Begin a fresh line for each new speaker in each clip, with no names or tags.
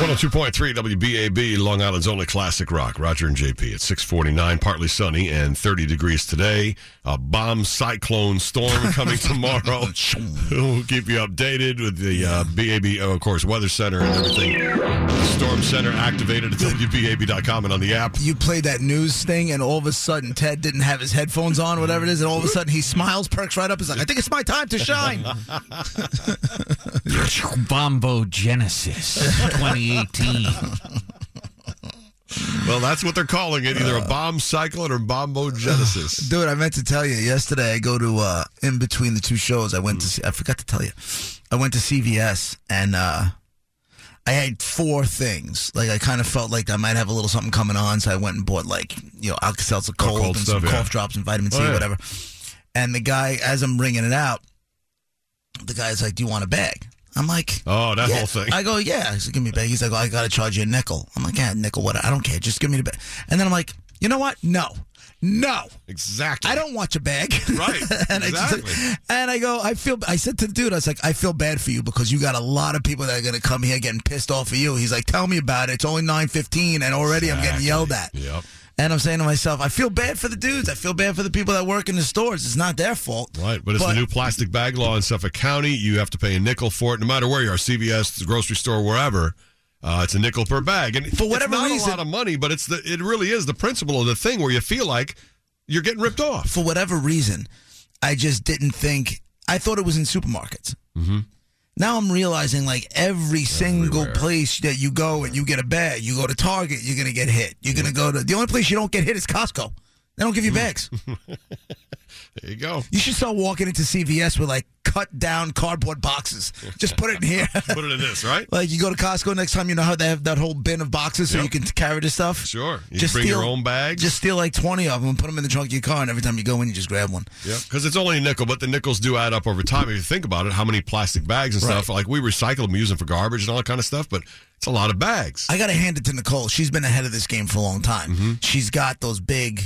102.3 WBAB, Long Island's only classic rock. Roger and JP at 649, partly sunny and 30 degrees today. A bomb cyclone storm coming tomorrow. we'll keep you updated with the uh, BAB, oh, of course, Weather Center and everything. The Storm Center activated at WBAB.com and on the app.
You played that news thing, and all of a sudden Ted didn't have his headphones on, whatever it is, and all of a sudden he smiles, perks right up. He's like, "I think it's my time to shine."
Bombogenesis 2018.
Well, that's what they're calling it,
Uh,
either a bomb cyclone or bombogenesis.
Dude, I meant to tell you yesterday. I go to uh, in between the two shows. I went
Hmm.
to see, I forgot to tell you. I went to CVS and uh, I had four things. Like I kind of felt like I might have a little something coming on, so I went and bought like you know Alka-Seltzer cold,
cold
and
stuff,
some
yeah.
cough drops and vitamin C,
Oh, yeah.
whatever. And the guy, as I'm ringing it out, the guy's like, "Do you want a bag?" I'm like,
Oh, that
yeah.
whole thing.
I go, yeah. He's like, give me a bag. He's like, well, I gotta charge you a nickel. I'm like, yeah, nickel. What? I don't care. Just give me the bag. And then I'm like, you know what? No, no.
exactly.
I don't want your bag.
Right.
and, I
Exactly.
just, and I go, I feel, I said to the dude, I was like, I feel bad for you because you got a lot of people that are going to come here getting pissed off at you. He's like, tell me about it. It's only 915 and already I'm getting
Exactly.
yelled at.
Yep.
And I'm saying to myself, I feel bad for the dudes. I feel bad for the people that work in the stores. It's not their fault.
Right, but it's the new plastic bag law in Suffolk County. You have to pay a nickel for it, no matter where you are, CVS, the grocery store, wherever. Uh, it's a nickel per bag, and for
whatever
it's not
reason-
a lot of money, but it's the it really is the principle of the thing where you feel like you're getting ripped off.
for whatever reason, I just didn't think. I thought it was in supermarkets. Mm-hmm. Now I'm realizing like every single
Everywhere.
place that you go and you get a bag, you go to Target, you're gonna get hit. You're gonna go to the only place you don't get hit is Costco. They don't give
Mm.
you bags.
There you go.
you should start walking into CVS with like cut down cardboard boxes. Just put it in here.
Put it in this, right?
like you go to Costco next time, you know how they have that whole bin of boxes so
Yep.
you can carry this stuff.
Sure. You bring your own bags.
Just steal like twenty of them and put them in the trunk of your car, and every time you go in, you just grab one.
Yeah, because it's only a nickel, but the nickels do add up over time. If you think about it, how many plastic bags and stuff? Like we recycle them, we use them for garbage and all that kind of stuff, but it's a lot of bags.
I got to hand it to Nicole. She's been ahead of this game for a long time.
Mm-hmm.
She's got those big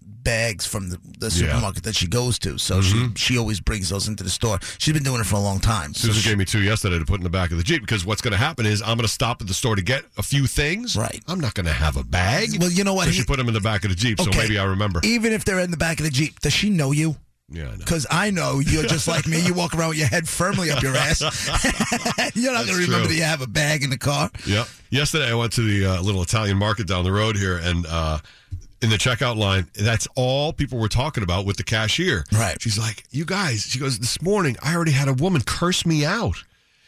bags from the, the
Yeah. Mm-hmm.
supermarket that she goes to, so she she always brings those into the store. She's been doing it for a long time. So
Susan
she-
gave me two yesterday to put in the back of the Jeep because what's going to happen is I'm going to stop at the store to get a few things.
Right.
I'm not going to have a bag.
Well, you know what?
So
He-
she put them in the back of the Jeep, so
Okay.
maybe I remember.
even if they're in the back of the jeep, does she know you?
Yeah, I know.
Because I know you're just like me. You walk around with your head firmly up your ass. you're not going to
That's
remember
true.
that you have a bag in the car.
Yep. Yesterday, I went to the uh, little Italian market down the road here, and uh, in the checkout line, that's all people were talking about with the cashier.
Right.
She's like, "You guys," she goes. This morning, I already had a woman curse me out.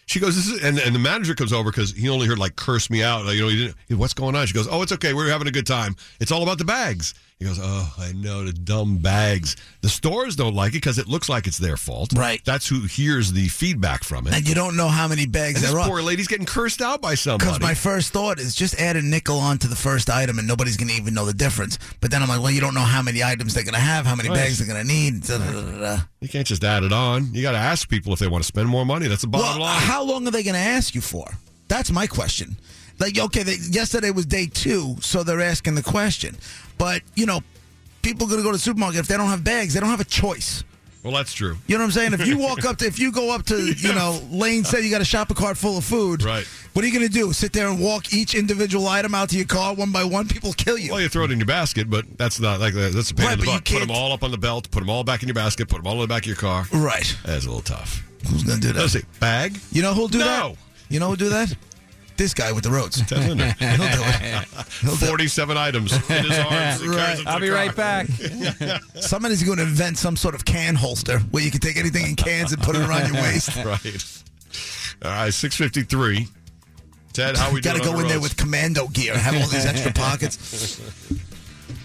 She goes, "This is," and, and the manager comes over because he only heard like "curse me out." Like, you know, he didn't. he- What's going on? She goes, "Oh, it's okay. We were having a good time. It's all about the bags." He goes, "Oh, I know the dumb bags. The stores don't like it because it looks like it's their fault.
Right.
That's who hears the feedback from it."
And you don't know how many bags
And this
there are.
poor lady's getting cursed out by somebody.
Because my first thought is just add a nickel onto the first item and nobody's going to even know the difference. But then I'm like, well, you don't know how many items they're going to have, how many
Right.
bags they're going to need. da, da, da, da, da.
You can't just add it on. You got to ask people if they want to spend more money. That's the bottom
Well,
line.
how long are they going to ask you for? That's my question. Like, okay, they, yesterday was day two, so they're asking the question. But, you know, people going to go to the supermarket. If they don't have bags, they don't have a choice.
well, that's true.
You know what I'm saying? If you walk up to, if you go up to, you know, Lane said you got a shopper cart full of food.
Right.
What are you going to do? Sit there and walk each individual item out to your car one by one? People kill you.
Well, you throw it in your basket, but that's not like that. That's a pain
Right,
in the
but you
butt. Put them
can't-
all up on the belt. Put them all back in your basket. Put them all in the back of your car.
Right.
That's a little tough.
Who's gonna do that?
Let's see. Bag.
You know who'll do
No.
that? You know who'll do that? This guy with the roads. He'll do it. He'll do it.
Forty-seven items in his arms. He carries
Right.
them to
I'll
the
be
car.
right back.
Somebody's going to invent some sort of can holster where you can take anything in cans and put it around your waist.
Right. All right. Six fifty-three. Ted, how we
Got to
doing? on
go in
the
there
roads?
with commando gear, have all these extra pockets.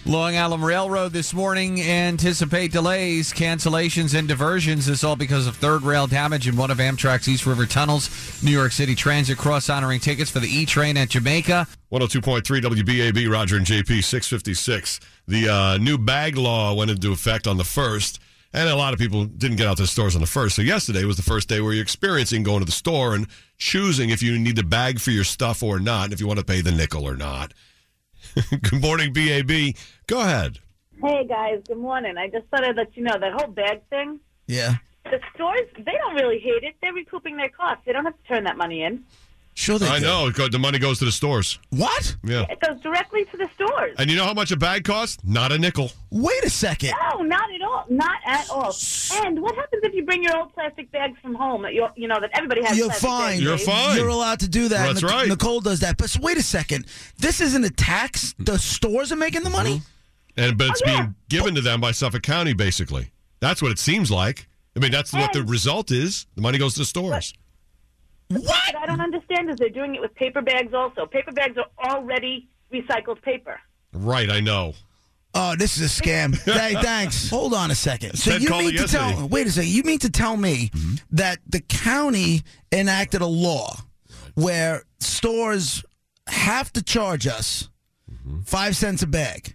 Long Island Railroad this morning anticipate delays, cancellations, and diversions. This all because of third rail damage in one of Amtrak's East River tunnels. New York City Transit cross honoring tickets for the E train at Jamaica.
102.3 WBAB, Roger and JP, 656. The uh, new bag law went into effect on the 1st, and a lot of people didn't get out to the stores on the 1st. So yesterday was the first day where you're experiencing going to the store and choosing if you need a bag for your stuff or not, and if you want to pay the nickel or not. Good morning, BAB. Go ahead.
Hey guys, good morning. I just thought I'd let you know that whole bag thing.
Yeah.
The stores they don't really hate it. They're recouping their costs. They don't have to turn that money in.
Sure, they
I
do.
know. it go- The money goes to the stores.
What?
Yeah.
It goes directly to the stores.
And you know how much a bag costs? Not a nickel.
Wait a second.
No, not at all. Not at all. And what happens if you bring your old plastic bags from home? That you you know that everybody has.
You're
plastic
fine.
Bags,
You're
right?
fine.
You're allowed to do that.
That's
Nic-
right.
Nicole does that. But s- wait a second. This isn't a tax. The stores are making the money.
And but it's
Oh, yeah.
being given to them by Suffolk County, basically. That's what it seems like. I mean, that's what the
Hey.
result is. The money goes to the stores.
What?
Mm-hmm.
What I don't understand is they're doing it with paper bags also. Paper bags are already recycled paper.
Right, I know.
Oh, this is a scam. hey, thanks. Hold on a second. So
Ted
you
called
mean
it
to tell?
yesterday. Mm-hmm.
Wait a second. You mean to tell me that the county enacted a law where stores have to charge us
Mm-hmm.
five cents a bag?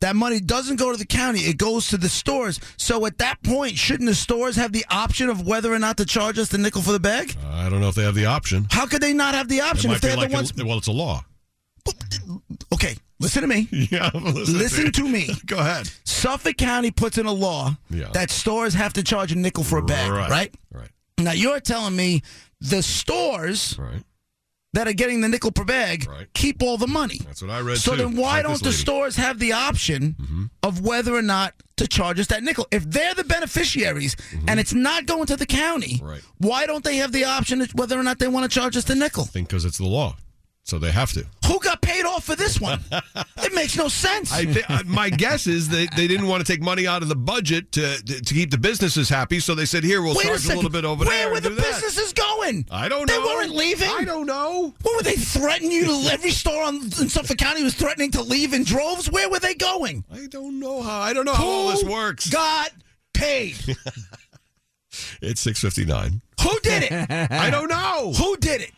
That money doesn't go to the county; it goes to the stores. So at that point, shouldn't the stores have the option of whether or not to charge us the nickel for the bag?
Uh, I don't know if they have the option.
How could they not have the
It
option if
might be
they're
like,
the ones?
a, well, it's a law.
okay, listen to me.
Yeah, listen,
Listen to me.
Go ahead.
Suffolk County puts in a law
Yeah.
that stores have to charge a nickel for a bag, right.
Right.
Now you're telling me the stores
Right.
that are getting the nickel per bag
Right.
keep all the money.
That's what I read.
So
too.
then why
Like this
don't the
lady. Mm-hmm.
stores have the option of whether or not to charge us that nickel? If they're the beneficiaries and it's not going to the county,
Mm-hmm. Right.
why don't they have the option of whether or not they want to charge us the nickel?
think because it's the law, so they have to.
Who got paid off for this one? it makes no sense.
I th- my guess is that they didn't want to take money out of the budget to to keep the businesses happy, so they said, "Here, we'll
Wait a
charge a,
second.
little bit over
Where
there."
were
and
the
do that."
businesses going?
I don't
They
know.
weren't leaving.
I don't know.
What were they threatening you to? Every store on, in Suffolk County was threatening to leave in droves. Where were they going?
I don't know how. I don't know how Oh, all this
Who
works.
Got paid.
It's six fifty nine.
Who did it?
I don't know.
Who did it?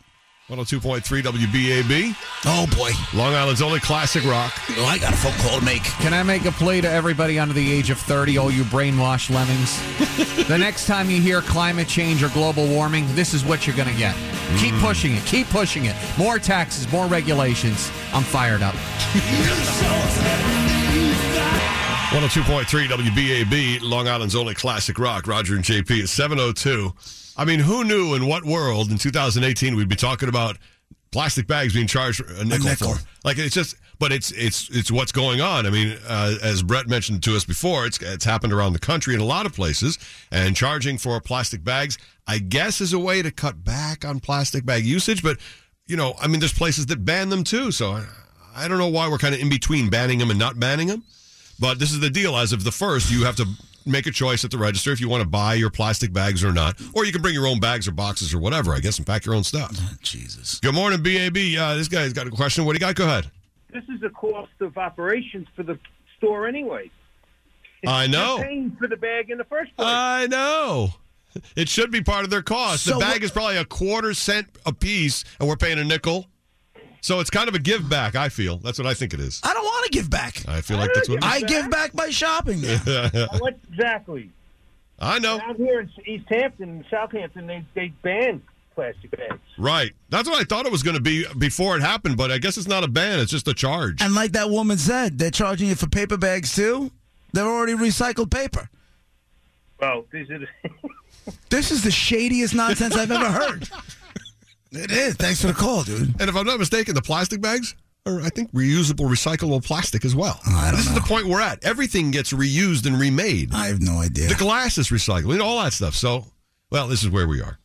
One hundred two point three WBAB,
Oh boy!
Long Island's only classic rock.
Oh, I got a phone call to make.
Can I make a plea to everybody under the age of 30, all you brainwashed lemmings? the next time you hear climate change or global warming, this is what you're going to get. Keep pushing it. Keep pushing it. More taxes, more regulations. I'm fired up.
One hundred two point three WBAB, Long Island's only classic rock. Roger and JP at seven oh two. I mean, who knew in what world in two thousand eighteen we'd be talking about plastic bags being charged a nickel,
nickel.
for? Like it's just, but it's it's it's what's going on. I mean, uh, as Brett mentioned to us before, it's it's happened around the country in a lot of places, and charging for plastic bags, I guess, is a way to cut back on plastic bag usage. But you know, I mean, there's places that ban them too. So I, I don't know why we're kind of in between banning them and not banning them. But this is the deal. As of the first, you have to make a choice at the register if you want to buy your plastic bags or not, or you can bring your own bags or boxes or whatever. I guess and pack your own stuff.
Jesus.
Good morning, Bab. Uh, this guy's got a question. What do you got? Go ahead.
this is a cost of operations for the store anyway.
I know. Uh,
They're paying for the bag in the first place.
I know. It should be part of their cost.
So
the bag
what-
is probably a quarter cent a piece, and we're paying a nickel. So it's kind of a give back. I feel that's what I think it is.
I don't want to give back.
I feel like that's what
I give back by shopping. now.
what exactly?
I know.
Out here in East Hampton and Southampton, they, they ban plastic bags.
Right. That's what I thought it was going to be before it happened, but I guess it's not a ban. It's just a charge.
And like that woman said, they're charging you for paper bags too. They're already recycled paper.
Well, these are the-
This is the shadiest nonsense I've ever heard. It is. Thanks for the call, dude.
And if I'm not mistaken, the plastic bags are, I think, reusable, recyclable plastic as well.
I don't
this is the point we're at. Everything gets reused and remade.
I have no idea.
The glass is recycled, and all that stuff. So, well, this is where we are.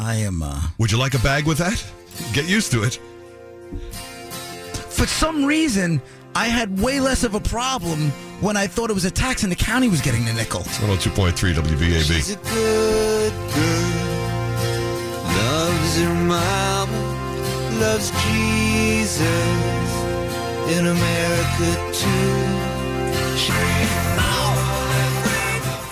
I am. uh
Would you like a bag with that? Get used to it.
for some reason, I had way less of a problem when I thought it was a tax and the county was getting the nickel.
102.3 WBAB.
She's a good girl. Loves her mom. Loves Jesus. In America too. She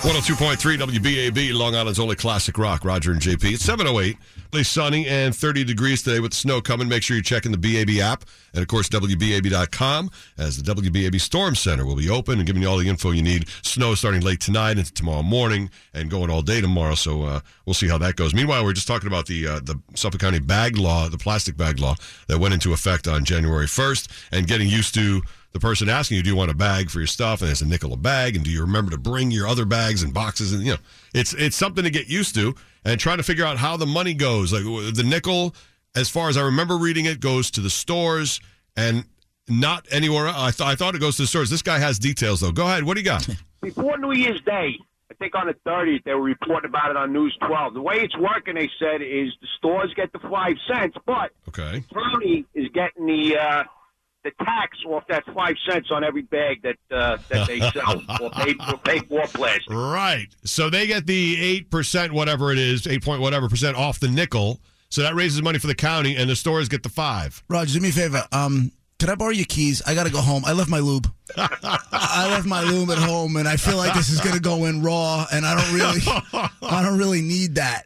102.3 WBAB, Long Island's only classic rock. Roger and JP. It's 708. It's sunny and 30 degrees today with snow coming. Make sure you're checking the BAB app and, of course, WBAB.com as the WBAB Storm Center will be open and giving you all the info you need. Snow starting late tonight into tomorrow morning and going all day tomorrow. So uh, we'll see how that goes. Meanwhile, we're just talking about the, uh, the Suffolk County bag law, the plastic bag law that went into effect on January 1st and getting used to the person asking you, do you want a bag for your stuff? And it's a nickel a bag. And do you remember to bring your other bags and boxes? And, you know, it's, it's something to get used to and trying to figure out how the money goes. Like w- the nickel as far as I remember reading it, goes to the stores and not anywhere. I, th- I thought it goes to the stores. This guy has details, though. Go ahead. What do you got?
before New Year's Day, I think on the 30th, they were reporting about it on News 12. The way it's working, they said, is the stores get the five cents, but
Okay.
county is getting the uh, the tax off that five cents on every bag that uh, that they sell or pay or pay for plastic.
Right. So they get the 8%, whatever it is, 8 point whatever percent off the nickel. So that raises money for the county, and the stores get the five.
Roger, do me a favor. Um, could I borrow your keys? I gotta go home. I left my lube. I left my lube at home, and I feel like this is gonna go in raw, and I don't really, I don't really need that.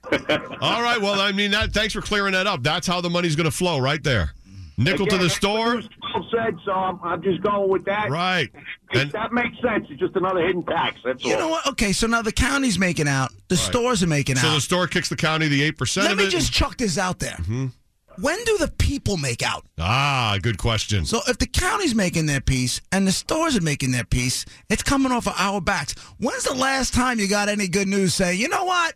All right. Well, I mean, that. thanks for clearing that up. That's how the money's going to flow right there. Nickel to
Again,
the
that's what
store.
News 12 said, so I'm, um, I'm just going with that.
Right.
If
And
that makes sense. It's just another hidden tax. That's
You
all.
know what? Okay, so now the county's making out. The stores are making
so the
out.
store kicks the county the 8%
Let
of
me
it.
just chuck this out there. When do the people make out?
ah, good question.
So if the county's making their piece and the stores are making their piece, it's coming off of our backs. When's the last time you got any good news saying, you know what?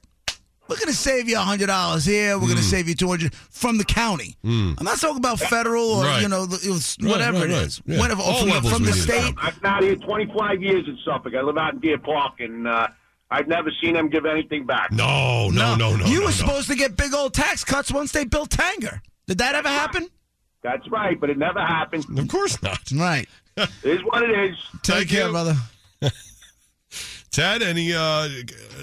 We're going to save you $100 here. We're going to
Mm.
save you 200 from the county. I'm not talking about federal or,
Right.
you know, the- it's whatever
right, right.
it is.
Yeah.
Whatever. or
All
from, the-
levels
from
we
the
need it.
state.
I've been out here 25 years in Suffolk. I live out in Deer Park, and uh, I've never seen them give anything back.
No, no, no, no.
You
no,
were
no.
supposed to get big old tax cuts once they built Tanger. Did that ever happen?
That's right, but it never happened.
Of course not.
Right.
It is what it is.
Thank
Take care,
you.
brother.
Ted, any, uh,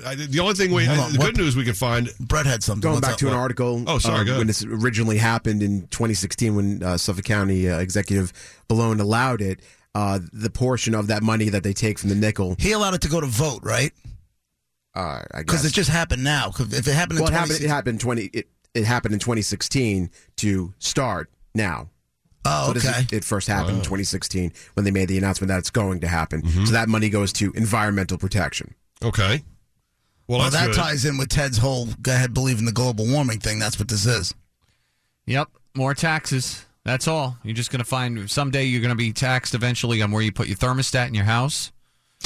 I- the only thing we,
Hold
uh,
on,
the
what-
good news we can find,
Brett had something.
Going
What's
back
up?
to an
What?
article.
Oh, sorry,
uh,
go ahead.
When this originally happened in 2016, when uh, Suffolk County uh, Executive Ballone allowed it, uh, the portion of that money that they take from the nickel,
He allowed it to go to vote, right?
uh, I
Because
guess.
it just happened now. 'Cause If it happened in
well, it happened.
2016
It happened twenty. It, it happened in 2016 to start now.
Oh,
So this-
okay.
It first happened in 2016 when they made the announcement that it's going to happen.
Mm-hmm.
So that money goes to environmental protection.
okay. Well,
Well,
that's
Oh, that
good.
ties in with Ted's whole go ahead believe in the global warming thing. That's what this is.
Yep, more taxes. That's all. You're just going to find someday you're going to be taxed eventually on where you put your thermostat in your house.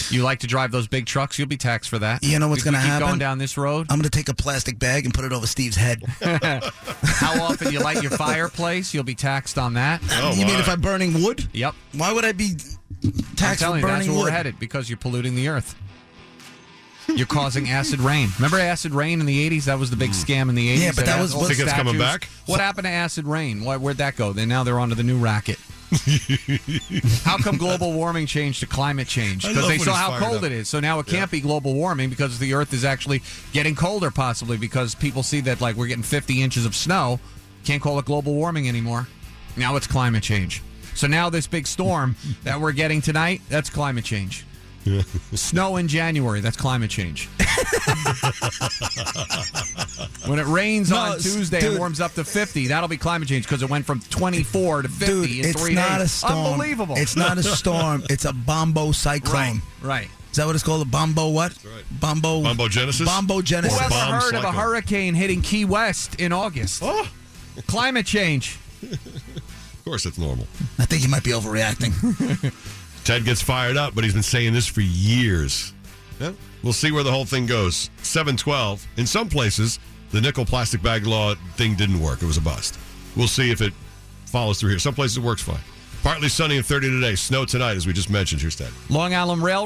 You like to drive those big trucks, you'll be taxed for that.
You know what's
If
gonna
keep Going
happen?
down this road,
I'm going to take a plastic bag and put it over Steve's head.
how often you light your fireplace, you'll be taxed on that.
Oh,
you mean
my.
if I'm burning wood?
Yep,
Why would I be
I'm
taxed for
telling
burning
you, that's where
wood?
we're headed because you're polluting the earth. You're causing acid rain. Remember acid rain in the 80s? That was the big scam in the 80s.
Mm. Yeah, but that was-
all the
Think it's coming
statues.
back?
What happened to acid rain? Why, where'd that go? Then now they're onto the new racket. how come global warming changed to climate change?
I
Because
love
they
when
saw
he's
how
fired
cold
up.
it is. So now it can't be global warming because the earth is actually getting colder, possibly because people see that, like, we're getting 50 inches of snow. Can't call it global warming anymore. Now it's climate change. So now this big storm that we're getting tonight, that's climate change. Snow in January, that's climate change. when it rains
No,
on
it's-
Tuesday and
dude.
warms up to 50, that'll be climate change because it went from 24 to 50
Dude,
in
it's
three
not
days.
a storm.
Unbelievable.
It's not a storm. It's a bombo cyclone.
right, right.
Is that what it's called? A bombo what?
right.
Bombo.
Bombogenesis?
Bombo genesis.
Well,
Whoever
bomb
heard of
cyclone.
a hurricane hitting Key West in August?
Oh,
Climate change.
of course, it's normal.
I think you might be overreacting.
Ted gets fired up, but he's been saying this for years. Yeah, We'll see where the whole thing goes. 712. In some places, the nickel plastic bag law thing didn't work. It was a bust. We'll see if it follows through here. Some places it works fine. Partly sunny and 30 today. Snow tonight, as we just mentioned. Here's Ted.
Long Island Rail.